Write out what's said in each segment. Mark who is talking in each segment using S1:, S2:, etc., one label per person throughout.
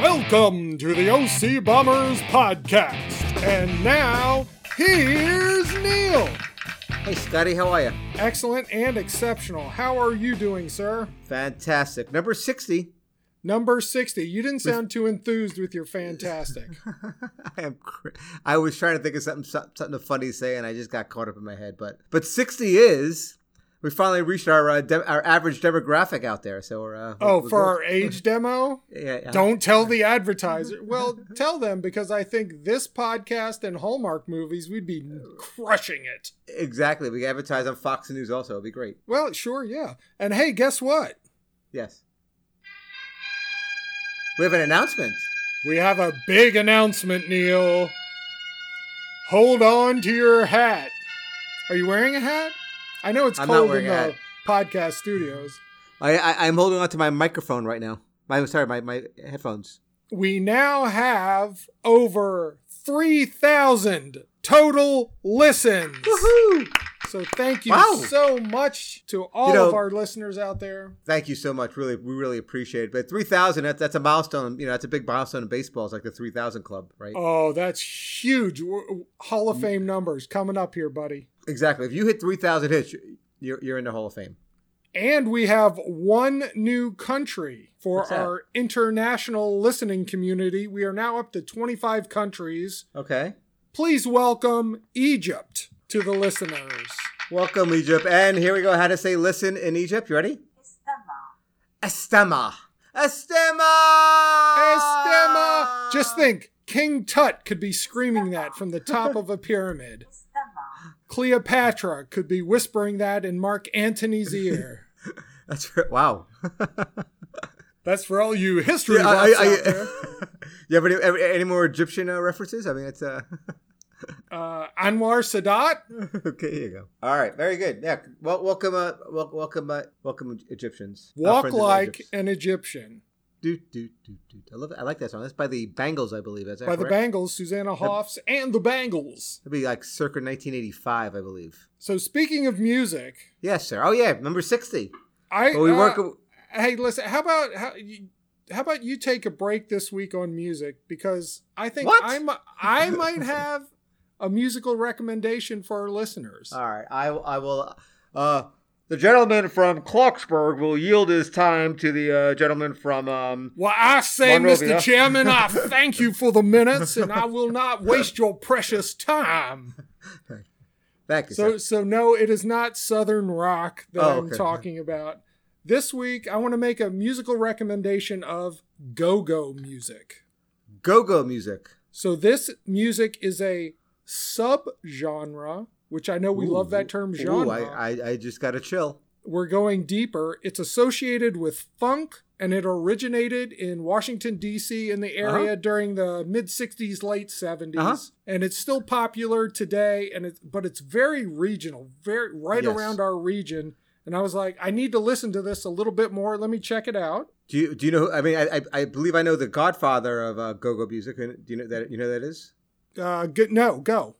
S1: Welcome to the OC Bombers podcast. And now, here's Neil.
S2: Hey, Scotty, how are you?
S1: Excellent and exceptional. How are you doing, sir?
S2: Fantastic. Number 60.
S1: Number 60. You didn't sound too enthused with your fantastic.
S2: I am. Cr- I was trying to think of something so- something funny to say, and I just got caught up in my head. But but 60 is we finally reached our uh, de- our average demographic out there. So we're, uh,
S1: Oh,
S2: we're
S1: for
S2: good.
S1: our age demo?
S2: yeah, yeah.
S1: Don't tell the advertiser. Well, tell them because I think this podcast and Hallmark movies, we'd be crushing it.
S2: exactly. We advertise on Fox News also. It'd be great.
S1: Well, sure, yeah. And hey, guess what?
S2: Yes. We have an announcement.
S1: We have a big announcement, Neil. Hold on to your hat. Are you wearing a hat? I know it's
S2: I'm not
S1: cold in
S2: wearing
S1: the
S2: a hat.
S1: podcast studios.
S2: I, I I'm holding on to my microphone right now. My sorry, my, my headphones.
S1: We now have over 3,000 total listens.
S2: Woohoo!
S1: So thank you
S2: Wow.
S1: so much to all
S2: You know-
S1: of our listeners out there.
S2: Thank you so much. Really, we really appreciate it. But three thousand, that's that's a milestone. You know, that's a big milestone in baseball. It's like the three thousand club, right?
S1: Oh, that's huge. We're- Hall
S2: Mm.
S1: of Fame numbers coming up here, buddy.
S2: Exactly. If you hit three thousand hits, you're you're in the Hall of Fame.
S1: And we have one new country for
S2: What's that?
S1: our international listening community. We are now up to 25 countries.
S2: Okay.
S1: Please welcome Egypt to the listeners.
S2: Welcome, Egypt. And here we go. How to say listen in Egypt? You ready? Estema. Estema.
S1: Estema! Just think, King Tut could be screaming that from the top of a pyramid. Cleopatra could be whispering that in Mark Antony's ear.
S2: That's right. wow.
S1: That's for all you history
S2: Yeah, I-
S1: buffs
S2: I- I-
S1: out there.
S2: you have any, any any more Egyptian uh, references? I mean, it's uh.
S1: Uh, Anwar Sadat,
S2: okay, here you go. All right, very good. Yeah, well, welcome, uh, wel- welcome, uh, welcome, Egyptians. Our
S1: walk
S2: friends in
S1: like
S2: Egypt.
S1: an Egyptian.
S2: Do, do, do, do. I love. I like that song. That's by the Bangles, I believe. Is that
S1: by
S2: correct?
S1: the Bangles, Susanna Hoffs, and the Bangles.
S2: It'd be like circa 1985, I believe.
S1: So speaking of music,
S2: Yes, sir. Oh yeah, number 60.
S1: I
S2: Well, we
S1: uh,
S2: work.
S1: Hey, listen. How about how you, how about you take a break this week on music because I think
S2: What?
S1: I'm I might have a musical recommendation for our listeners.
S2: All right, I, I will. Uh, the gentleman from Clarksburg will yield his time to the uh, gentleman from. Um,
S1: well, I say,
S2: Monrovia.
S1: Mr. Chairman, I thank you for the minutes, and I will not waste your precious time.
S2: thank you.
S1: So,
S2: sir.
S1: so no, it is not Southern rock that
S2: Oh,
S1: I'm
S2: okay.
S1: talking about. This week, I want to make a musical recommendation of go-go music.
S2: go-go music.
S1: So, this music is a subgenre, which I know we
S2: Ooh,
S1: love that term genre.
S2: Ooh, I, I, I just got to chill.
S1: We're going deeper. It's associated with funk, and it originated in Washington D.C. in the area
S2: Uh-huh.
S1: during the mid '60s, late '70s,
S2: Uh-huh.
S1: and it's still popular today. And it, but it's very regional, very right
S2: Yes.
S1: around our region. And I was like, I need to listen to this a little bit more. Let me check it out.
S2: Do you do you know? Who, I mean, I, I I believe I know the Godfather of uh, go-go music. Do you know that? You know who that is
S1: Uh, good, no, go.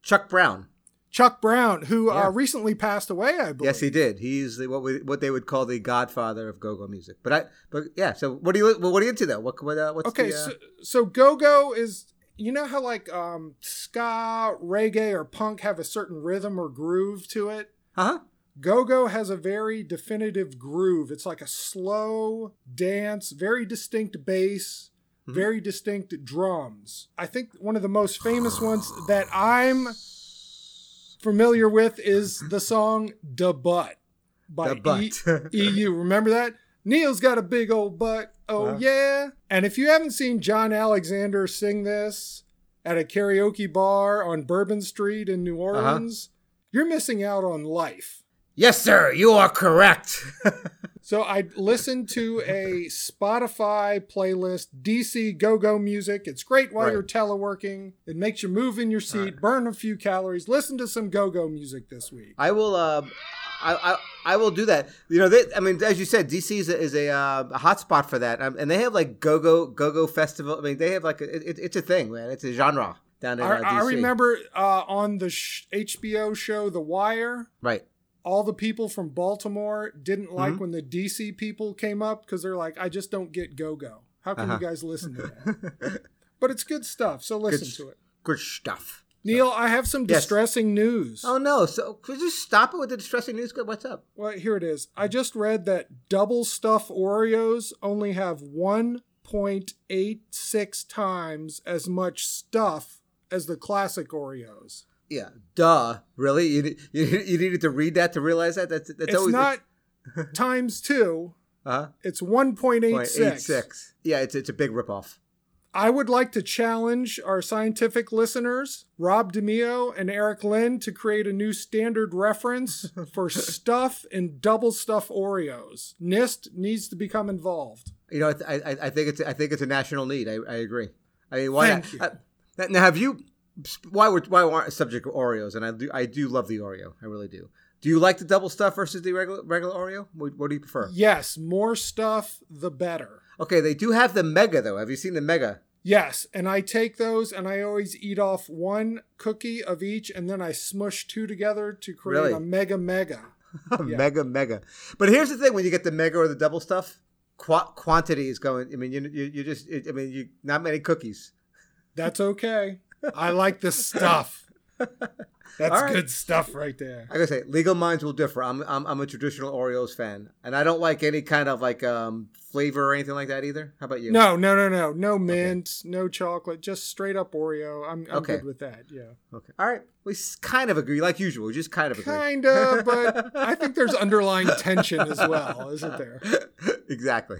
S2: Chuck Brown.
S1: Chuck Brown, who uh,
S2: Yeah.
S1: recently passed away, I believe.
S2: Yes, he did. He's the, what we, what they would call the Godfather of go-go music. But I but yeah. So what are you well, what are you into though? What what uh, what's
S1: Okay,
S2: the, uh,
S1: so, so go go is you know how like um, ska, reggae, or punk have a certain rhythm or groove to it.
S2: huh?
S1: Go go has a very definitive groove. It's like a slow dance, very distinct bass,
S2: Mhm.
S1: very distinct drums. I think one of the most famous ones that I'm familiar with is the song "Da Butt" by
S2: The butt.
S1: E- EU. Remember that? Neil's got a big old butt. Oh,
S2: Huh?
S1: yeah. And if you haven't seen John Alexander sing this at a karaoke bar on Bourbon Street in New Orleans, you're missing out on life.
S2: yes, sir. You are correct.
S1: So I listened to a Spotify playlist, DC Go Go Music. It's great while
S2: Right.
S1: you're teleworking. It makes you move in your seat,
S2: Right.
S1: burn a few calories. Listen to some Go Go music this week.
S2: I will. Um, I, I I will do that. You know, they, I mean, as you said, DC is a, is a, uh, a hot spot for that, um, and they have like go go go go festival. I mean, they have like a, it, it's a thing, man. It's a genre down in uh,
S1: I, I
S2: DC.
S1: remember uh, on the sh- HBO show The Wire,
S2: Right.
S1: all the people from Baltimore didn't like
S2: Mhm.
S1: when the DC people came up because they're like, I just don't get go go. How can
S2: Uh-huh.
S1: you guys listen to that? But it's good stuff, so listen
S2: Good-
S1: to it.
S2: Good stuff.
S1: Neil, I have some
S2: Yes.
S1: distressing news.
S2: Oh no! So could you stop it with the distressing news? Good. What's up?
S1: Well, here it is.
S2: Mm.
S1: I just read that double stuff Oreos only have 1.86 times as much stuff as the classic Oreos.
S2: Yeah. Duh. Really? You, ne- you, you needed to read that to realize that? That's, that's
S1: It's,
S2: always
S1: not times two,
S2: Uh-huh.
S1: it's 1.86.
S2: 86. Yeah, it's, it's a big ripoff.
S1: I would like to challenge our scientific listeners, Rob DeMeo and Eric Lynn, to create a new standard reference for stuff and double stuff Oreos. NIST needs to become involved.
S2: You know, I, I, I think it's I think it's a national need. I, I agree. I mean, why?
S1: Thank you.
S2: I- now- now, have you? Why we're why we're on the subject of Oreos? And I do I do love the Oreo. I really do. Do you like the double stuff versus the regular regular Oreo? What, what do you prefer?
S1: Yes, more stuff, the better.
S2: Okay, they do have the mega though. Have you seen the mega?
S1: Yes, and I take those and I always eat off one cookie of each and then I smush two together to create
S2: Really?
S1: a mega mega. Yeah.
S2: mega mega. But here's the thing: when you get the mega or the double stuff, qu- quantity is going. I mean, you you, you just I mean, you not many cookies.
S1: That's okay. I like the stuff. That's
S2: All right.
S1: good stuff right there.
S2: Like I say, legal minds will differ. I'm, I'm I'm a traditional Oreos fan, and I don't like any kind of like um flavor or anything like that either. How about you?
S1: No, no, no, no. No mint, no chocolate, just straight up Oreo. I'm, I'm
S2: Okay.
S1: good with that. Yeah.
S2: Okay. All right. We s- kind of agree, like usual. We just kind of agree.
S1: Kind of, but I think there's underlying tension as well, isn't there?
S2: exactly.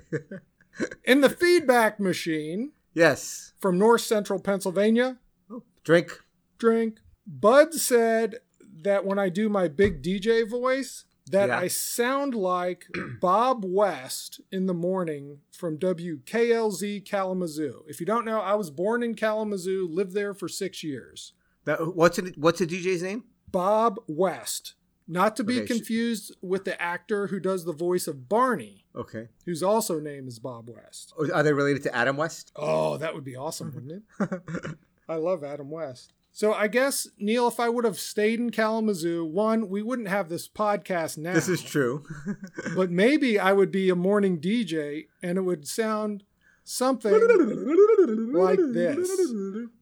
S1: In the feedback machine
S2: yes.
S1: from North Central Pennsylvania,
S2: Drink.
S1: drink. Bud said that when I do my big DJ voice, that
S2: Yeah.
S1: I sound like Bob West in the morning from WKLZ Kalamazoo. If you don't know, I was born in Kalamazoo, lived there for six years.
S2: Now, what's it, what's the DJ's name?
S1: Bob West, not to be
S2: Okay, sh-
S1: confused with the actor who does the voice of Barney,
S2: Okay.
S1: whose also name is Bob West.
S2: Or Are they related to Adam West?
S1: Oh, that would be awesome, wouldn't it? I love Adam West. So I guess Neil, if I would have stayed in Kalamazoo, one, we wouldn't have this podcast now.
S2: This is true.
S1: But maybe I would be a morning DJ, and it would sound something. Like this.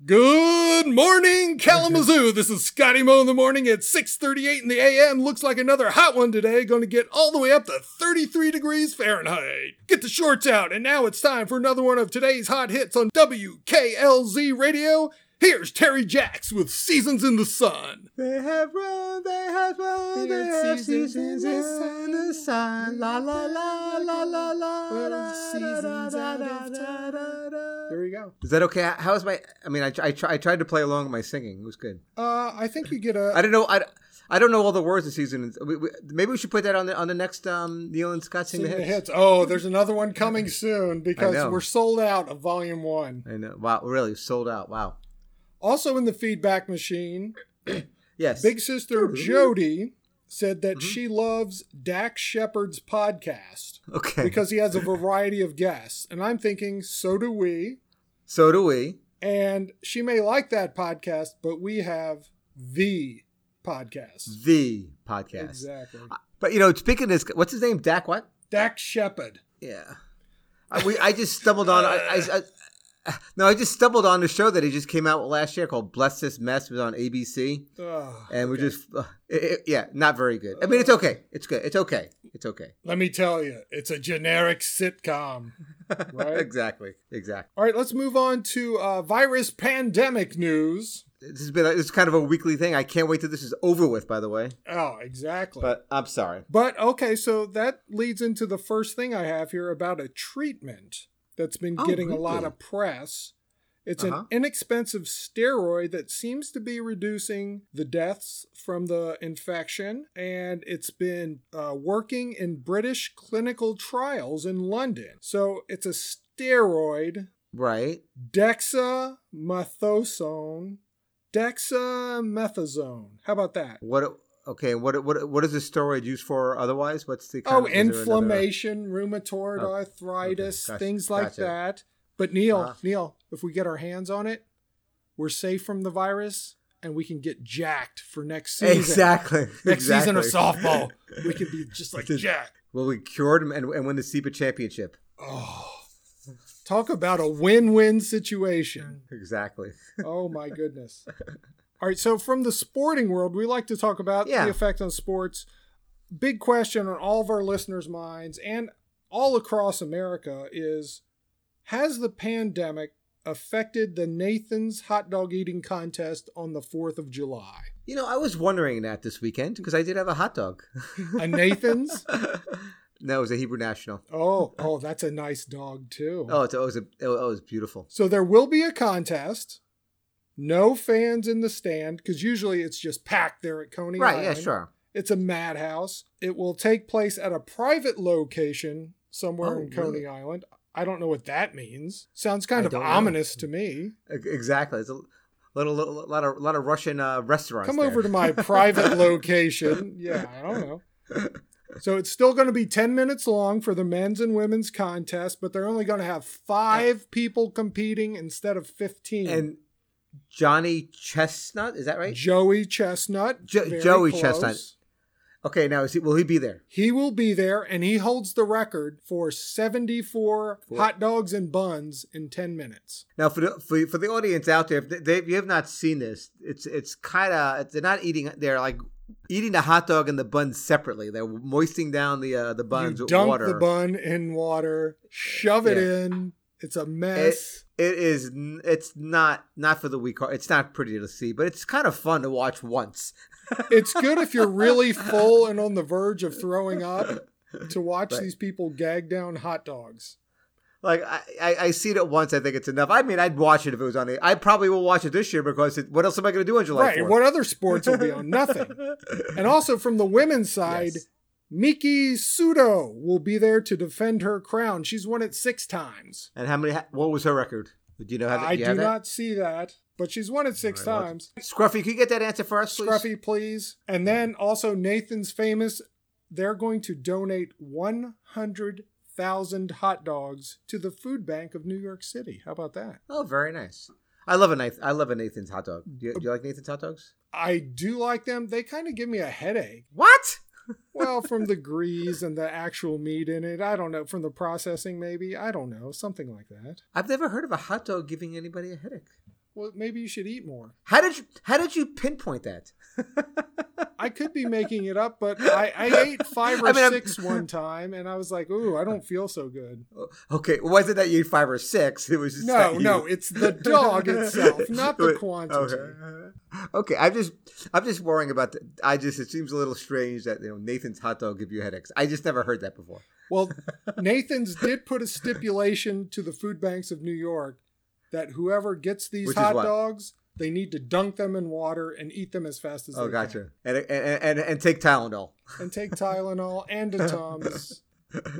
S1: Good morning, Kalamazoo. this is Scotty Mo in the morning at 6:38 in the a.m. Looks like another hot one today. Going to get all the way up to 33 degrees Fahrenheit. Get the shorts out, and now it's time for another one of today's hot hits on WKLZ Radio. Here's Terry Jacks with Seasons in the Sun.
S2: They have run, they have run, they
S1: There's
S2: have
S1: seasons
S2: seasons in the sun. La la la la la la.
S1: Well,
S2: da, da, da,
S1: seasons out
S2: da,
S1: of
S2: da,
S1: time.
S2: da, da.
S1: There we go.
S2: Is that okay? How is my? I mean, I, tr- I, tr- I tried to play along with my singing. It was good.
S1: Uh, I think you get a.
S2: I don't know. I, I don't know all the words this season. We, we, maybe we should put that on the on the next um, Neil and Scott sing the
S1: Sing the
S2: hits.
S1: hits. Oh, there's another one coming soon because
S2: know.
S1: we're sold out of volume one.
S2: I know. Wow, really sold out. Wow.
S1: Also in the feedback machine,
S2: Yes. Mm-hmm.
S1: Big Sister Jody said that she loves Dax Shepard's podcast
S2: okay.
S1: because he has a variety of guests. And I'm thinking, so do we.
S2: so do we.
S1: And she may like that podcast, but we have the podcast.
S2: The podcast.
S1: Exactly.
S2: But you know, speaking of this, what's his name? Dak what?
S1: Dax Shepard.
S2: Yeah. I, we, I just stumbled on. I, I, I, no, I just stumbled on the show that he just came out with last year called "Bless This Mess." It was on ABC,
S1: Ugh.
S2: and we're just uh, it, it- yeah, not very good. I mean, it's okay. It's good. It's okay. It's okay.
S1: Let me tell you, it's a generic sitcom. Right?
S2: exactly. Exactly.
S1: All right, let's move on to uh, virus pandemic news.
S2: this has been it's kind of a weekly thing. I can't wait till this is over with. By the way,
S1: Oh, exactly. But,
S2: but I'm sorry.
S1: okay, so that leads into the first thing I have here about a treatment that's been
S2: Oh,
S1: getting a
S2: really?
S1: lot of press. It's
S2: Uh-huh.
S1: an inexpensive steroid that seems to be reducing the deaths from the infection, and it's been uh, working in British clinical trials in London. So it's a steroid
S2: Right?
S1: dexamethasone, dexamethasone. How about that?
S2: What? Okay. What? What? What is the steroid used for? Otherwise, what's the kind
S1: Oh,
S2: of- is there another-
S1: inflammation, rheumatoid
S2: Oh,
S1: arthritis,
S2: okay. Gotcha,
S1: things like
S2: gotcha.
S1: that. But Neil,
S2: Uh-huh.
S1: Neil, if we get our hands on it, we're safe from the virus and we can get jacked for next season.
S2: Exactly.
S1: Next season of
S2: exactly.
S1: softball, we can be just like
S2: This is-
S1: jacked.
S2: Will we cure them and, and win the SEPA championship?
S1: Oh, Talk about a win-win situation.
S2: Exactly.
S1: Oh my goodness. All right, so from the sporting world, we like to talk about
S2: Yeah.
S1: the effect on sports. Big question on all of our listeners' minds and all across America is has the pandemic affected the Nathan's hot dog eating contest on the 4th of July?
S2: You know, I was wondering that this weekend because I did have a hot dog.
S1: A Nathan's?
S2: no, it was a Hebrew National.
S1: oh, oh, that's a nice dog too.
S2: Oh, it's, oh, it was a, oh, oh, it was beautiful.
S1: So there will be a contest. No fans in the stand because usually it's just packed there at Coney
S2: Right?
S1: Island.
S2: Yeah, sure.
S1: It's a madhouse. It will take place at a private location somewhere
S2: Oh,
S1: in Coney
S2: really?
S1: Island. I don't know what that means. Sounds kind
S2: I
S1: of
S2: don't know.
S1: ominous to me.
S2: E- Exactly. It's a little, little lot of lot of Russian uh, restaurants.
S1: Come
S2: there.
S1: over to my private location. Yeah, I don't know. So it's still going to be 10 minutes long for the men's and women's contest, but they're only going to have five people competing instead of 15.
S2: and Johnny Chestnut. Is that right?
S1: Joey Chestnut.
S2: Jo-
S1: very
S2: Joey
S1: close.
S2: Chestnut. Okay. Now, is he, will he be there?
S1: He will be there, and he holds the record for 74
S2: Four.
S1: hot dogs and buns in 10 minutes.
S2: Now, for the for, for the audience out there, if they, they, if you have not seen this, it's it's kind of they're not eating. They're like eating the hot dog and the bun separately. They're moisting down the uh, the buns
S1: you
S2: with
S1: dunk
S2: water.
S1: the bun in water, shove it
S2: Yeah.
S1: in. It's a mess.
S2: It is. n- It's not not for the weak heart. It's not pretty to see, but it's kind of fun to watch once.
S1: it's good if you're really full and on the verge of throwing up to watch
S2: Right.
S1: these people gag down hot dogs.
S2: Like I, I, I seen it once. I think it's enough. I mean, I'd watch it if it was on. The, I probably will watch it this year because it, what else am I going to do on July
S1: right.
S2: 4th?
S1: What other sports will be on? Nothing. And also from the women's side,
S2: Yes.
S1: Miki Sudo will be there to defend her crown. She's won it six times.
S2: And how many? ha- What was her record? Do you know? Have,
S1: I
S2: you
S1: do
S2: have that?
S1: not see that, but she's won it six
S2: All right, well,
S1: times.
S2: Scruffy, can you get that answer for us, please?
S1: Scruffy, please. And then also Nathan's famous. They're going to donate 100,000 hot dogs to the food bank of New York City. How about that?
S2: Oh, very nice. I love a Nathan, I love a Nathan's hot dog. Do you, do you like Nathan's hot dogs?
S1: I do like them. They kind of give me a headache.
S2: What?
S1: Well, from the grease and the actual meat in it. I don't know. From the processing, maybe. I don't know. Something like that.
S2: I've never heard of a hot dog giving anybody a headache.
S1: Well, maybe you should eat more.
S2: How did you How did you pinpoint that?
S1: I could be making it up, but I, I ate five or
S2: I mean, I'm-
S1: six one time, and I was like, ooh, I don't feel so good.
S2: Okay, it wasn't that you ate five or six? It was just that
S1: No,
S2: you-
S1: no, it's the dog itself, not the
S2: Wait,
S1: quantity.
S2: Okay. Okay, I'm just I'm just worrying about. The, I just it seems a little strange that you know Nathan's hot dog give you headaches. I just never heard that before.
S1: Well, Nathan's did put a stipulation to the food banks of New York that whoever gets these
S2: Which is
S1: hot
S2: what?
S1: dogs, they need to dunk them in water and eat them as fast as
S2: Oh,
S1: they
S2: gotcha. And and and, and take Tylenol.
S1: can, and take Tylenol and a Tums,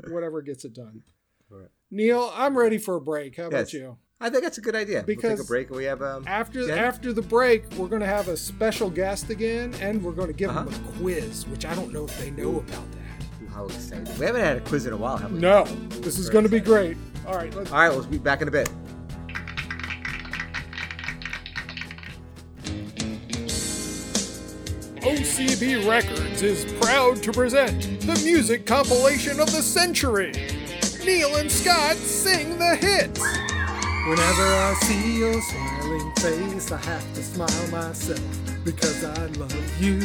S1: whatever gets it done.
S2: Right.
S1: Neil, I'm ready for a break. How about
S2: Yes.
S1: you?
S2: I think that's a good idea. we'll take
S1: Because
S2: a break. We have um.
S1: After
S2: Yeah.
S1: after the break, we're going to have a special guest again, and we're going to give them a quiz, which I don't know if they know about that.
S2: Ooh, How exciting. We haven't had a quiz in a while, have we?
S1: No, this is going to be great. All right, let's.
S2: All right, we'll be back in a bit.
S1: OCB Records is proud to present the music compilation of the century. Neil and Scott sing the hits. Whenever I see your smiling face, I have to smile myself because I love you.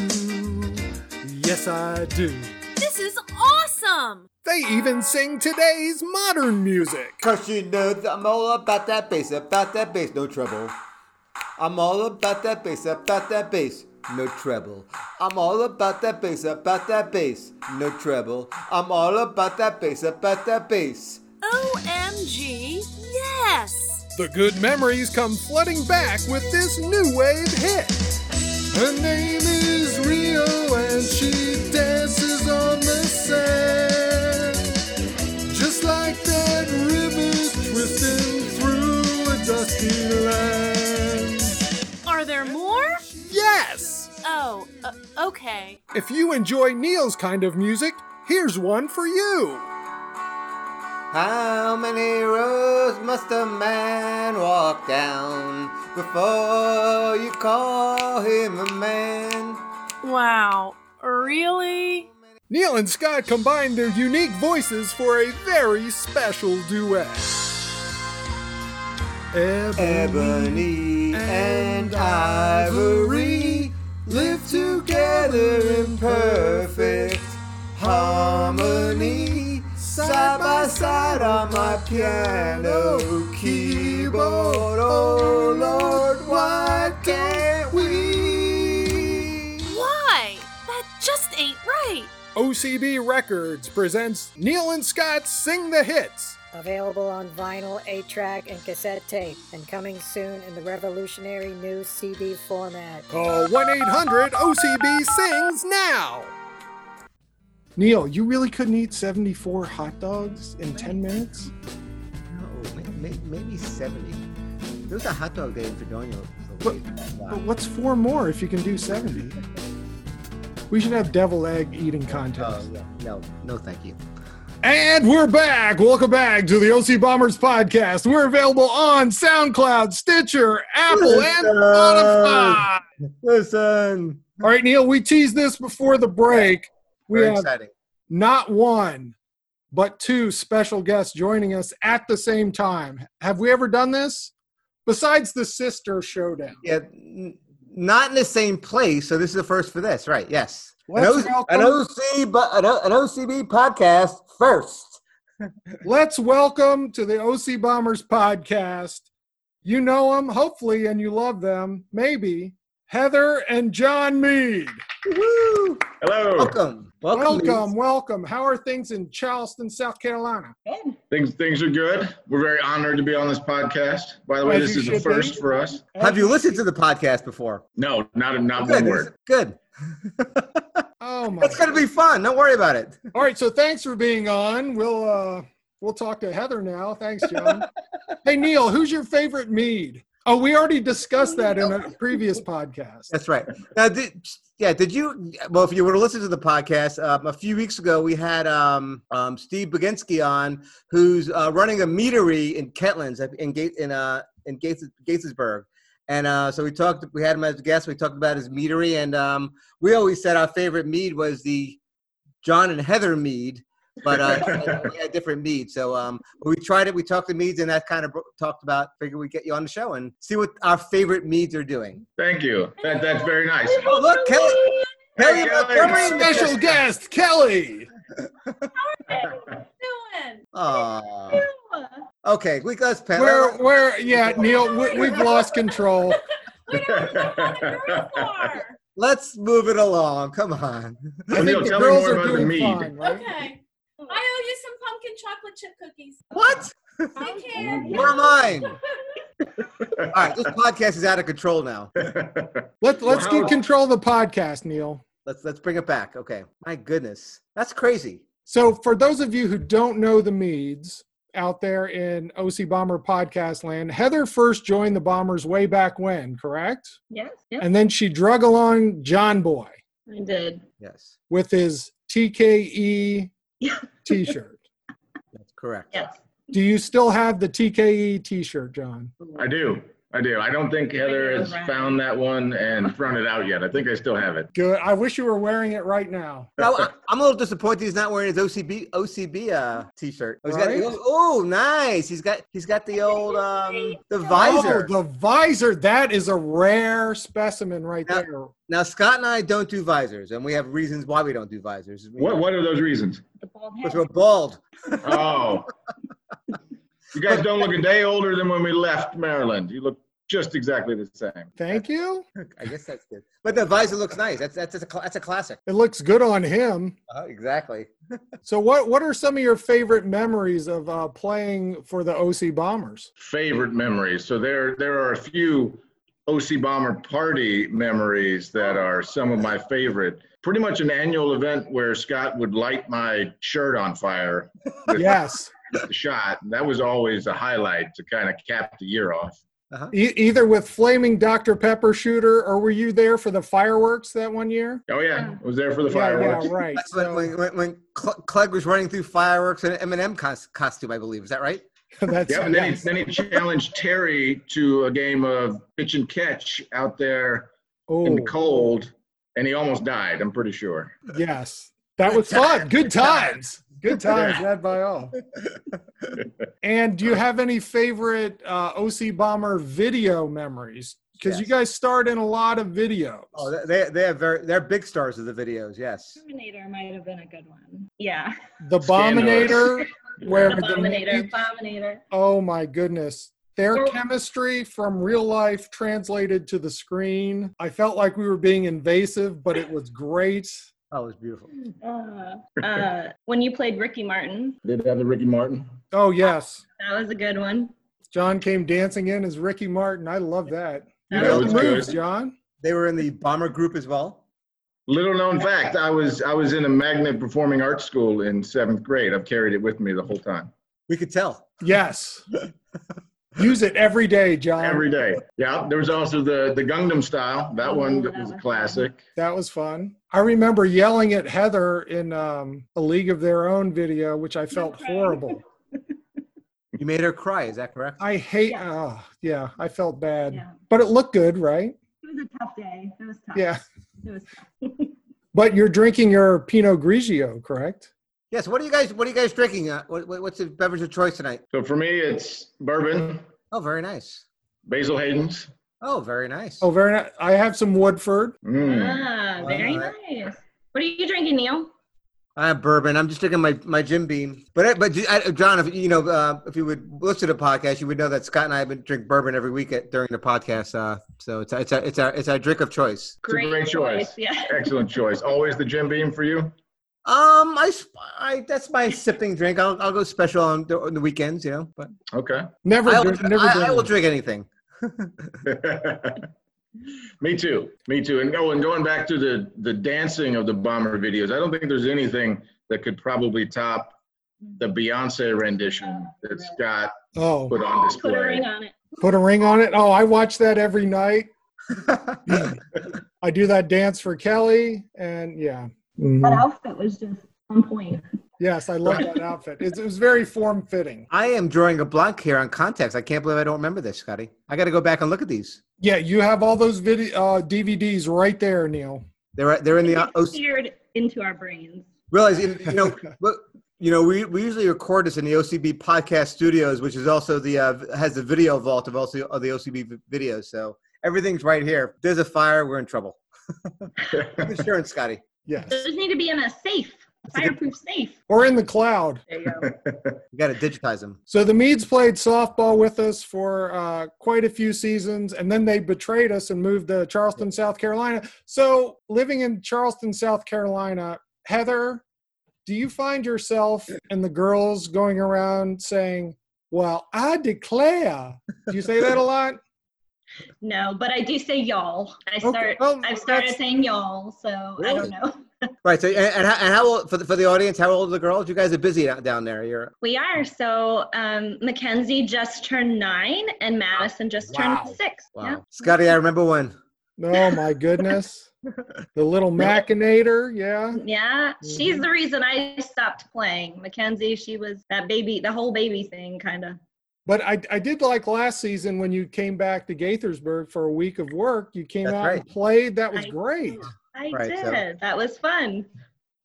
S1: Yes, I do.
S3: This is awesome!
S1: They even sing today's modern music.
S2: Cause you know that I'm all about that bass, about that bass, no trouble. I'm all about that bass, about that bass, no trouble. I'm all about that bass, about that bass, no trouble. I'm all about that bass, about that bass.
S3: OMG, yes!
S1: The good memories come flooding back with this new wave hit. Her name is Rio and she dances on the sand. Just like that river's twisting through a dusty land.
S3: Are there more?
S1: Yes!
S3: Oh, uh, okay.
S1: If you enjoy Neil's kind of music, here's one for you.
S2: How many roads must a man walk down before you call him a man?
S3: Wow, really?
S1: Neil and Scott combined their unique voices for a very special duet.
S2: Ebony and ivory live together in perfect harmony. Side by side on my piano keyboard. Oh Lord, why can't we?
S3: Why? That just ain't right.
S1: OCB Records presents Neil and Scott Sing the Hits.
S4: Available on vinyl, 8 track, and cassette tape, and coming soon in the revolutionary new CD format.
S1: Call 1 800 OCB Sings now. Neil, you really couldn't eat 74 hot dogs in 10 minutes?
S2: No, may- may- maybe 70. There was a hot dog day in Fredonia.
S1: But- But what's four more if you can do 70? We should have devil egg eating contest.
S2: Oh, yeah. No, no, thank you.
S1: And we're back. Welcome back to the OC Bombers podcast. We're available on SoundCloud, Stitcher, Apple, and
S2: Listen.
S1: Spotify.
S2: Listen.
S1: All right, Neil, we teased this before the break. We
S2: Very
S1: have
S2: exciting.
S1: not one, but two special guests joining us at the same time. Have we ever done this? Besides the sister showdown.
S2: Yeah, n- not in the same place. So this is the first for this, right? Yes. An,
S1: Let's
S2: o-
S1: welcome-
S2: an OC, bu- an, o- an OCB podcast first.
S1: Let's welcome to the OC Bombers podcast. You know them, hopefully, and you love them, maybe. Heather and John Mead.
S2: Woo!
S5: Hello.
S2: Welcome. Welcome.
S1: Welcome, welcome. How are things in Charleston, South Carolina?
S5: Things things are good. We're very honored to be on this podcast. By the way,
S1: Oh, As
S5: this
S1: you
S5: is
S1: should
S5: the
S1: be.
S5: first for us.
S2: Have you listened to the podcast before?
S5: No, not not
S2: Good.
S5: one
S2: this is
S5: word.
S2: Good.
S1: Oh my!
S2: It's going to be fun. Don't worry about it.
S1: All right, so thanks for being on. We'll uh we'll talk to Heather now. Thanks, John. hey Neil, who's your favorite mead? Oh, we already discussed that in a previous podcast.
S2: That's right. Now, did, yeah, did you? Well, if you were to listen to the podcast um, a few weeks ago, we had um, um, Steve Boginski on, who's uh, running a meadery in Kentlands uh, in Gate in uh, in Gates, Gatesburg. And uh, so we talked. We had him as a guest. We talked about his meadery, and um, we always said our favorite mead was the John and Heather mead, but uh, we had different mead. So um, we tried it. We talked to meads, and that kind of bro- talked about. Figured we'd get you on the show and see what our favorite meads are doing.
S5: Thank you. That, that's very nice.
S2: Oh, look, Kelly. Kelly
S5: Hey,
S2: Montgomery.
S5: Kelly.
S1: Special guest, Kelly.
S3: Doing.
S2: Aw. Okay, we got Penn.
S1: Where where yeah, Neil, we, we've lost control.
S2: Let's move it along. Come on.
S1: I
S5: Neil,
S1: think the
S5: tell me
S1: girls
S5: more
S1: are
S5: about the
S1: doing
S5: mead.
S1: fine, right?
S6: Okay. I owe you some pumpkin chocolate chip cookies.
S2: What?
S6: Take care.
S2: Where am I? All right, this podcast is out of control now.
S1: Let let's
S5: Wow.
S1: keep control of the podcast, Neil.
S2: Let's let's bring it back. Okay. My goodness, that's crazy.
S1: So, for those of you who don't know the Meads out there in OC Bomber podcast land, Heather first joined the Bombers way back when, correct?
S7: Yes, yes,
S1: And then she drug along John Boy
S7: I did.
S2: Yes,
S1: with his E TKE
S7: Yeah.
S1: t shirt.
S2: that's correct.
S7: Yes.
S1: Do you still have the TKE t shirt, John?
S5: I do. I do. I don't think Heather has found that one and thrown it out yet. I think I still have it.
S1: Good. I wish you were wearing it right now.
S2: Now, I- I'm a little disappointed he's not wearing his OCB OCB uh, t-shirt. Oh, he's got-
S1: Right?
S2: oh, nice. He's got he's got the old um the visor.
S1: Oh, the visor. That is a rare specimen right
S2: Now-
S1: there.
S2: Now Scott and I don't do visors, and we have reasons why we don't do visors. We-
S5: What what are those reasons?
S7: The bald
S2: Because
S7: head.
S2: we're bald.
S5: Oh. You guys don't look a day older than when we left Maryland. You look just exactly the same.
S1: Thank you.
S2: I guess that's good. But the visor looks nice. That's that's that's a, cla- that's a classic.
S1: It looks good on him.
S2: Uh, exactly.
S1: So what what are some of your favorite memories of uh, playing for the OC Bombers?
S5: favorite memories. So there there are a few OC Bomber party memories that are some of my favorite. Pretty much an annual event where Scott would light my shirt on fire
S1: Yes,
S5: with the shot. That was always a highlight to kind of cap the year off.
S1: e- either with flaming Dr Pepper shooter, or were you there for the fireworks that one year?
S5: Oh yeah, I was there for the
S1: Mm. Yeah,
S5: fireworks.
S1: yeah, right.
S2: That's when
S1: So,
S2: when, when, when Cl- Clegg was running through fireworks in an Eminem cos- costume, I believe. Is that right?
S1: that's
S5: Yep, and then,
S1: yes.
S5: he, then he challenged Terry to a game of pitch and catch out there in the
S1: oh
S5: cold, and he almost died. I'm pretty sure.
S1: yes, that was fun. Good times. Good times had by all. And do you have any favorite uh, OC Bomber video memories? Because you
S2: Yes.
S1: guys starred in a lot of videos.
S2: Oh, they- they they have very they're big stars of the videos. Yes.
S7: Terminator might have been a good one. Yeah.
S1: the Bominator, where the
S7: Abominator.
S1: meat-
S7: Abominator.
S1: oh my goodness. Their
S7: Or-
S1: chemistry from real life translated to the screen. I felt like we were being invasive, but it was great.
S2: Oh, it was beautiful.
S7: Uh, uh, when you played Ricky Martin,
S5: Did they have the Ricky Martin?
S1: Oh, yes.
S7: that was a good one.
S1: John came dancing in as Ricky Martin. I love that. You
S7: That
S1: know
S7: was
S1: the
S5: good.
S1: moves, John.
S2: They were in the bomber group as well.
S5: Little known fact, I was I was in a magnet performing arts school in seventh grade. I've carried it with me the whole time.
S2: We could tell.
S1: Yes. Use it every day, John.
S5: Every day. Yeah. There was also the the Gangnam style.
S7: Oh,
S5: That one was a classic.
S1: That was fun. I remember yelling at Heather in um, a League of Their Own video, which I felt
S7: Okay.
S1: horrible.
S2: You made her cry. Is that correct?
S1: I hate.
S7: Yeah.
S1: Oh, yeah, I felt bad,
S7: Yeah.
S1: but it looked good, right?
S7: It was a tough day. It was tough.
S1: Yeah.
S7: It was tough.
S1: But you're drinking your Pinot Grigio, correct?
S2: Yes. What are you guys? What are you guys drinking? Uh, what, what- what's the beverage of choice tonight?
S5: So for me, it's bourbon,
S2: Oh, very nice.
S5: Basil Hayden's.
S2: Oh, very nice.
S1: Oh, very. Nice. I have some Woodford.
S5: Mm.
S7: Ah, very
S2: Wow.
S7: nice. What are you drinking, Neil?
S2: I have bourbon. I'm just drinking my, my Jim Beam. But I- but I, John, if you know, uh, if you would listen to the podcast, you would know that Scott and I have been drink bourbon every week at, during the podcast. Uh, so it's it's our, it's our it's our drink of choice.
S5: It's a great choice.
S7: Yeah.
S5: Excellent choice. Always the Jim Beam for you.
S2: Um, I, sp- I that's my sipping drink. I'll I'll go special on the, on the weekends, you know. But
S5: Okay.
S1: Never,
S2: I will,
S1: drink, never.
S2: I, I
S1: drink
S2: will
S1: it.
S2: drink anything.
S5: me too. Me too. And oh, and going back to the the dancing of the bomber videos, I don't think there's anything that could probably top the Beyonce rendition that Scott
S1: Oh,
S5: put on
S7: Put a
S5: display.
S7: ring on it.
S1: put a ring on it. Oh, I watch that every night. I do that dance for Kelly, and yeah.
S7: That
S1: Mhm.
S7: outfit was just on point.
S1: Yes, I love that outfit. It, it was very form fitting.
S2: I am drawing a blank here on context. I can't believe I don't remember this, Scotty. I got to go back and look at these.
S1: Yeah, you have all those video uh, DVDs right there, Neil.
S2: They're they're in the uh,
S7: It
S2: O-
S7: seared into our brains.
S2: realize you you know but you know we, we usually record this in the OCB podcast studios, which is also the uh, has the video vault of also of the OCB v- videos. So everything's right here. If there's a fire, we're in trouble. Insurance, Scotty.
S1: Yes,
S7: Those need to be in a safe, a fireproof safe.
S1: or in the cloud.
S7: There you go.
S2: You got to digitize them.
S1: So the Meads played softball with us for uh, quite a few seasons, and then they betrayed us and moved to Charleston, South Carolina. So living in Charleston, South Carolina, Heather, do you find yourself and the girls going around saying, "Well, I declare"? Do you say that a lot?
S7: No, but I do say y'all. I
S1: Okay,
S7: start.
S1: well,
S7: I've started
S1: that's-
S7: saying y'all, so I
S2: Really?
S7: don't know.
S2: Right. So and, and, how, and how old for the, for the audience? How old are the girls? You guys are busy down, down there. You're
S7: We are. So um, Mackenzie just turned nine, and Madison just turned
S1: Wow.
S7: six.
S2: wow,
S7: Yeah.
S2: Scotty. I remember when.
S1: Oh my goodness, the little machinator. Yeah.
S7: Yeah,
S1: Mm-hmm.
S7: she's the reason I stopped playing. Mackenzie, she was that baby, the whole baby thing, kind of.
S1: But I, I did like last season when you came back to Gaithersburg for a week of work. You came
S2: That's
S1: out
S2: right.
S1: and played. That was
S7: I-
S1: great.
S7: I
S2: Right,
S7: did.
S2: so-
S7: That was fun.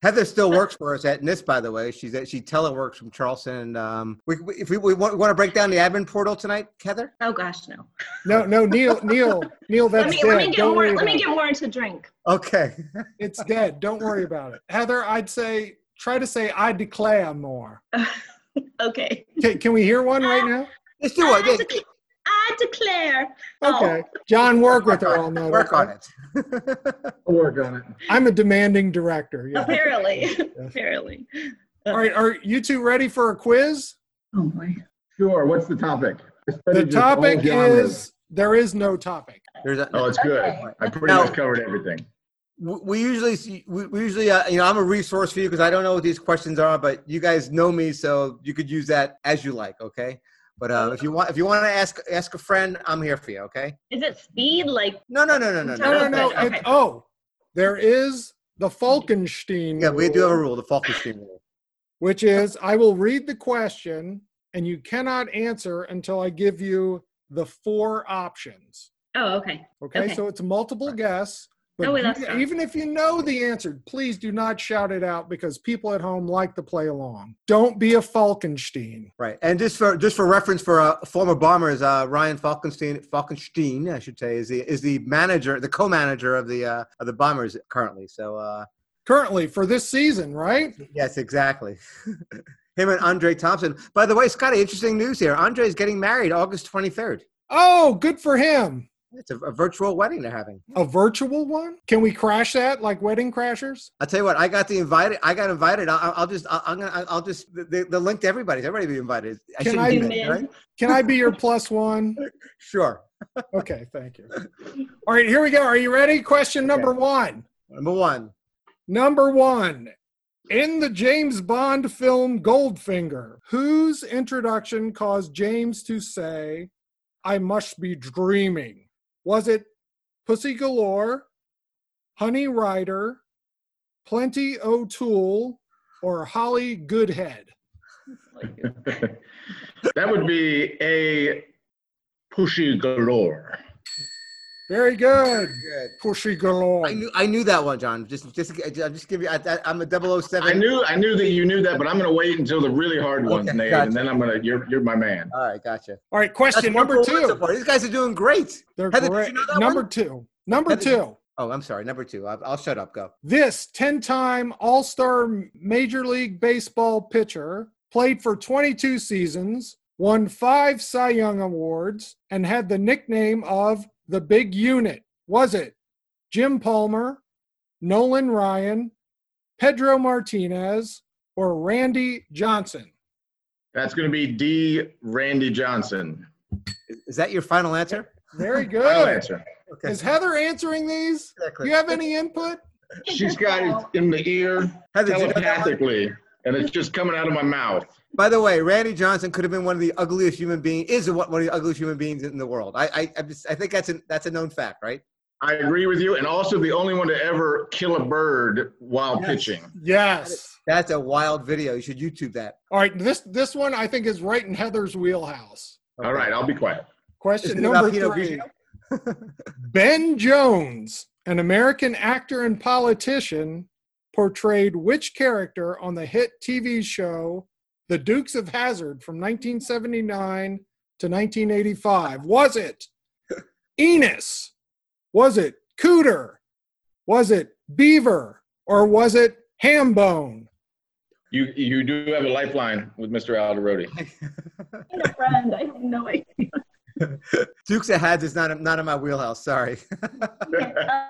S2: Heather still works for us at NIST, by the way. She's at, she teleworks from Charleston. And, um, we, we- if we, we want, want to break down the admin portal tonight, Heather.
S7: Oh gosh, no.
S1: No, no, Neil, Neil, Neil, that's
S7: Let me,
S1: dead.
S7: let me get
S1: Don't
S7: more.
S1: worry
S7: Let me
S1: about
S7: get more to drink.
S2: Okay.
S1: it. It's dead. Don't worry about it. Heather, I'd say try to say I declare more.
S7: Okay.
S1: Can, can we hear one right now?
S2: Let's do
S7: I,
S2: it. Yeah,
S7: dec- I declare.
S1: Okay. John, work with her all night.
S2: Work
S1: okay?
S2: on it.
S5: I'll work on it.
S1: I'm a demanding director. Yeah.
S7: Apparently. Apparently.
S1: all right. Are you two ready for a quiz?
S7: Oh boy.
S5: Sure. What's the topic? It's better
S1: The
S5: just all
S1: topic
S5: genres.
S1: is there is no topic.
S2: There's a,
S5: Oh, it's good. I pretty
S2: Now-
S5: much covered everything.
S2: we we usually, see- we we usually, uh, you know, I'm a resource for you because I don't know what these questions are, but you guys know me, so you could use that as you like. Okay. But uh, if you want, if you want to ask ask a friend, I'm here for you. Okay.
S7: Is it speed? Like
S2: No, no, no, no, no,
S7: No,
S1: No, no,
S2: no.
S1: no.
S7: Okay.
S1: It, oh, there is the Falkenstein.
S2: Yeah, we do have a
S1: rule,
S2: rule, the Falkenstein rule.
S1: Which is I will read the question and you cannot answer until I give you the four options.
S7: oh okay.
S1: Okay,
S7: Okay.
S1: so it's multiple guess. But
S7: Oh, we
S1: do-
S7: love songs.
S1: even if you know the answer, please do not shout it out because people at home like to play along. Don't be a Falkenstein.
S2: Right, and just for just for reference, for uh, former bombers, uh, Ryan Falkenstein, Falkenstein, I should say, is the is the manager, the co-manager of the uh, of the bombers currently. So uh,
S1: Currently, for this season, right?
S2: yes, exactly. Him and Andre Thompson. By the way, Scotty, interesting news here. Andre is getting married August twenty third.
S1: Oh, good for him.
S2: It's a, a virtual wedding they're having.
S1: A virtual one? Can we crash that like Wedding Crashers?
S2: I'll tell you what. I got the invited. I got invited. I'll, I'll just. I'll, I'm gonna. I'll just. The, the link to everybody. Everybody be invited. I
S1: Can
S2: shouldn't
S1: I-
S2: do that, right?
S1: Can I be your plus one?
S2: Sure.
S1: Okay, thank you. All right, here we go. Are you ready? Question number one.
S2: Number one.
S1: Number one. In the James Bond film Goldfinger, whose introduction caused James to say, I must be dreaming? Was it Pussy Galore, Honey Rider, Plenty O'Toole, or Holly Goodhead?
S5: that would be a pushy galore.
S1: Very good.
S2: Good.
S1: Pussy Galore.
S2: I knew I knew that one, John. Just just I'm just giving. I, I, I'm a 007.
S5: I knew I knew that you knew that, but I'm going to wait until the really hard ones,
S2: Okay,
S5: Nate,
S2: gotcha.
S5: and then I'm going to. You're you're my man.
S2: All right, gotcha.
S1: All right,
S2: That's
S1: question
S2: one
S1: number
S2: for one so
S1: two.
S2: far. These guys are doing great.
S1: They're
S2: Heather, did
S1: great.
S2: you know that
S1: number
S2: one?
S1: two. Number
S2: Heather-
S1: two.
S2: Oh, I'm sorry. Number two. I, I'll shut up. Go.
S1: This 10 time All Star Major League Baseball pitcher played for 22 seasons, won five Cy Young Awards, and had the nickname of the Big Unit. Was it Jim Palmer, Nolan Ryan, Pedro Martinez, or Randy Johnson?
S5: That's going to be D. Randy Johnson.
S2: Is, is that your final answer?
S1: Very
S5: Final
S1: good.
S5: answer.
S2: Okay.
S1: Is Heather answering these? Do
S2: Exactly.
S1: you have any input?
S5: She's got it in the ear
S2: Heather, did you know that one?
S5: telepathically, and it's just coming out of my mouth.
S2: By the way, Randy Johnson could have been one of the ugliest human beings. Is one one of the ugliest human beings in the world. I I, I, just, I think that's an, that's a known fact, right?
S5: I agree with you, and also the only one to ever kill a bird while
S2: Yes.
S5: pitching.
S1: Yes.
S2: That's a wild video. You should YouTube that.
S1: All right, this this one I think is right in Heather's wheelhouse.
S2: Okay.
S5: All right, I'll be quiet.
S1: Question
S2: Is it
S1: number
S2: about Pinot
S1: three.
S2: Grigio?
S1: Ben Jones, an American actor and politician, portrayed which character on the hit TV show The Dukes of Hazard from 1979 to 1985? Was it Enos? Was it Cooter? Was it Beaver? Or was it Hambone?
S5: You you do have a lifeline with Mr. Alderodi.
S7: a friend. I have no idea.
S2: Dukes of Hads is not not in my wheelhouse. Sorry.
S7: All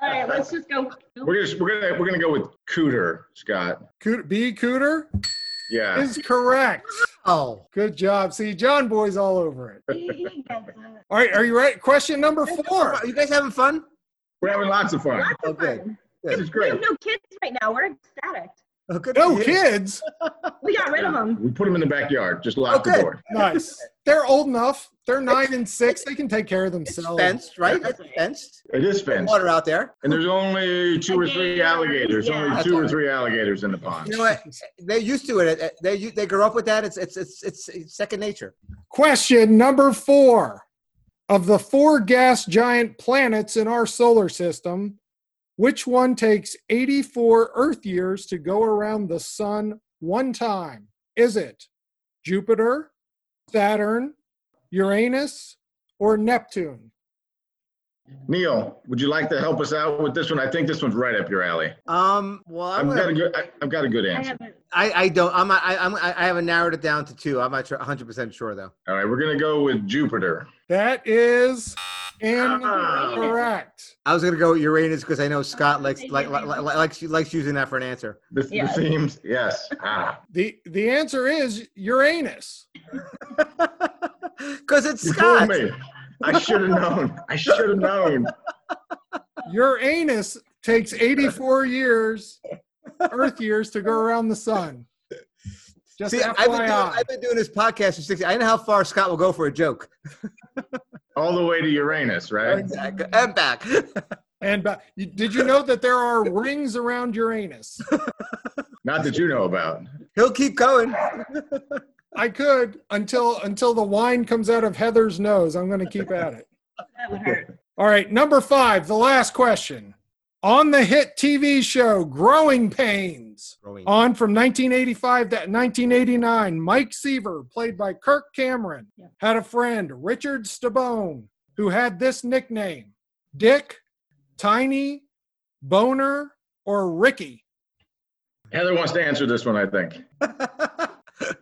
S7: right, let's just go.
S5: We're gonna we're gonna we're gonna go with Cooter, Scott.
S1: Coot- B. Cooter
S5: Yeah.
S1: is correct.
S2: oh,
S1: Good job. See, John Boy's all over it.
S7: He- he gets it.
S1: All right, are you ready? Question number four.
S2: are you guys having fun?
S5: We're having lots of fun.
S7: Lots of
S2: Okay.
S7: fun.
S5: This is
S7: We
S5: great.
S7: have no kids right now. We're ecstatic.
S2: Oh, good
S1: No
S2: for you.
S1: kids.
S7: We got rid of them.
S5: We put him in the backyard, just lock
S2: Okay.
S5: the door.
S1: Nice. They're old enough. They're nine and six. They can take care of
S2: It's
S1: themselves.
S2: Oh, fenced, right? It's fenced.
S5: It is fenced.
S2: Water out there.
S5: And there's only two or three alligators. Only two or three alligators in the pond.
S2: You know what? They're used to it. Uh, They you- they grew up with that. It's it's it's it's, it's second nature.
S1: Question number four. Of the four gas giant planets in our solar system, which one takes 84 Earth years to go around the sun one time? Is it Jupiter, Saturn, Uranus, or Neptune?
S5: Neil, would you like to help us out with this one? I think this one's right up your alley.
S2: Um. Well,
S5: I've
S2: I'm
S5: got a
S2: gonna,
S5: good. I- I've got a good
S7: I
S5: answer.
S7: haven't.
S2: I, I don't. I'm not- I I'm, I I haven't narrowed it down to two. I'm not sure, 100 percent sure though.
S5: All right, we're gonna go with Jupiter.
S1: That is
S5: Ah.
S1: incorrect.
S2: I was gonna go with Uranus because I know Scott likes like, like, like likes likes using that for an answer.
S5: The, the
S7: Yeah.
S5: themes, yes. Ah,
S1: The the answer is Uranus.
S2: Because it's
S5: you
S2: Scott.
S5: fooled me. I should have known. I should have known.
S1: Uranus takes 84 years, Earth years, to go around the sun. Just
S2: See, I've
S1: FYI.
S2: been, doing, I've been doing this podcast for 60. I know how far Scott will go for a joke.
S5: All the way to Uranus, right?
S2: Exactly. And back.
S1: and but you- did you know that there are rings around Uranus?
S5: Not that you know about.
S2: He'll keep going.
S1: I could until until the wine comes out of Heather's nose. I'm going to keep at it.
S7: That would hurt.
S1: All right, number five, the last question. on the hit TV show Growing Pains.
S2: Growing.
S1: On from 1985 to 1989, Mike Seaver, played by Kirk Cameron,
S7: Yeah.
S1: had a friend, Richard Stabone, who had this nickname Dick, Tiny, Boner, or Ricky.
S5: Heather wants to answer this one, I think.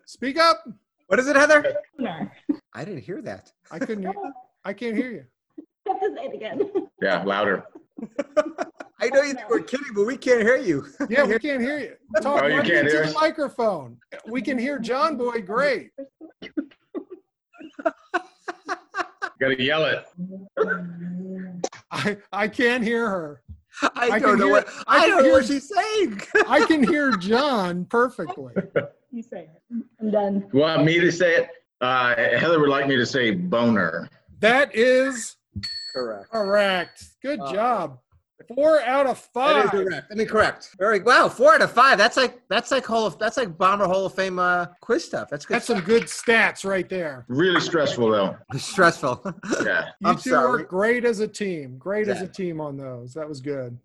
S1: Speak up.
S2: what is it, Heather?
S7: Boner.
S2: I didn't hear that.
S1: I couldn't hear. I can't hear you.
S7: Have to say it again.
S5: Yeah, louder.
S2: I know you think we're kidding, but we can't hear you.
S1: Yeah, we can't hear you. Talk
S5: Oh, you
S1: right
S5: can't
S1: into
S5: hear
S1: the
S5: us?
S1: microphone. We can hear John Boy great.
S5: Gotta yell it.
S1: I, I can't hear her.
S2: I,
S1: I can
S2: don't know
S1: hear-
S2: what
S1: I
S2: I,
S1: can
S2: don't know
S1: hear-
S2: what she's saying.
S1: I can hear John perfectly.
S7: You say it. I'm done.
S5: You want me to say it? Uh, Heather would like me to say boner.
S1: That is
S2: Correct.
S1: correct. Good
S2: Uh,
S1: job. Four out of
S2: That
S1: five.
S2: is correct. I mean, correct. Very wow. Four out of five. That's like that's like hall of that's like bomber hall of fame uh, quiz stuff. That's good.
S1: That's some good stats right there.
S5: Really stressful though.
S2: stressful.
S5: Yeah.
S1: You
S2: I'm
S1: two
S2: sorry.
S1: were great as a team. Great as a
S2: Yeah.
S1: team on those. That was good.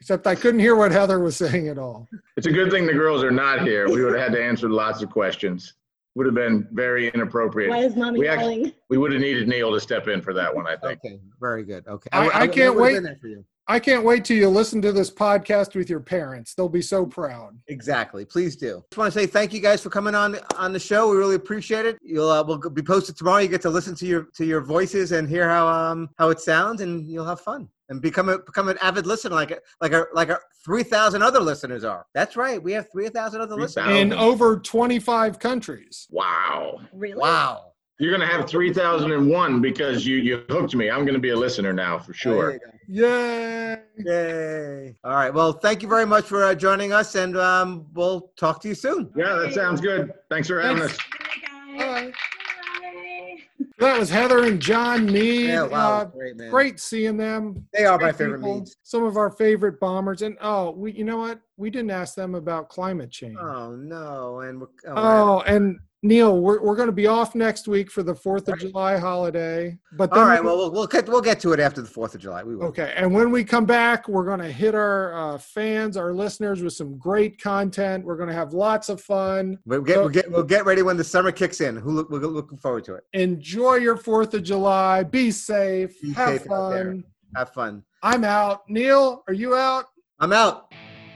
S1: Except I couldn't hear what Heather was saying at all.
S5: It's a good thing the girls are not here. We would have had to answer lots of questions. Would have been very
S7: Why
S5: inappropriate.
S7: is mommy
S5: We actually-
S7: calling?
S5: We would have needed Neil to step in for that one, I think.
S2: okay. Very good. Okay.
S1: I- I
S2: that
S1: can't
S2: would've
S1: wait.
S2: been that for you.
S1: I can't wait till you listen to this podcast with your parents. They'll be so proud.
S2: Exactly. Please do. Just want to say thank you guys for coming on on the show. We really appreciate it. You'll uh, we'll be posted tomorrow. You get to listen to your to your voices and hear how um how it sounds, and you'll have fun and become a become an avid listener like a, like a, like a three thousand other listeners are. That's right. We have three thousand other listeners.
S5: 3,000.
S1: In over 25 countries.
S5: Wow.
S7: Really?
S2: Wow.
S5: You're gonna have three thousand and one because you you hooked me. I'm gonna be a listener now for sure.
S1: Yay.
S2: Yay. All right. Well, thank you very much for uh, joining us, and um, we'll talk to you soon.
S5: Yeah, that sounds good. Thanks for having
S1: Thanks.
S5: us.
S7: Bye, guys.
S1: Bye.
S7: Bye.
S1: That was Heather and John Mead.
S2: Yeah, wow.
S1: Uh,
S2: great, man.
S1: great seeing them.
S2: They are my
S1: Great
S2: favorite
S1: people.
S2: meats.
S1: Some of our favorite bombers. And oh, we you know what? We didn't ask them about climate change. Oh,
S2: Oh, no. And we're, oh,
S1: and Neil, we're, we're going to be off next week for the 4th of July holiday. But then
S2: All right.
S1: we-
S2: Well, we'll we'll get we'll get to it after the Fourth of July. We will.
S1: Okay, and when we come back, we're going to hit our uh, fans, our listeners, with some great content. We're going to have lots of fun.
S2: We'll get,
S1: So-
S2: we'll get we'll get ready when the summer kicks in. Who look, we're looking forward to it.
S1: Enjoy your Fourth of July. Be safe.
S2: Be
S1: have
S2: safe out there.
S1: fun.
S2: Have fun.
S1: I'm out. Neil, are you out?
S2: I'm out.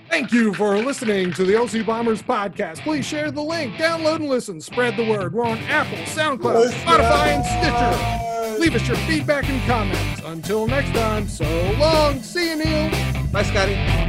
S1: Thank you for listening to the OC Bombers podcast. Please share the link, download and listen, spread the word. We're on Apple, SoundCloud, Spotify, and Stitcher. Leave us your feedback and comments. Until next time, so long. See you, Neil.
S2: Bye, Scotty.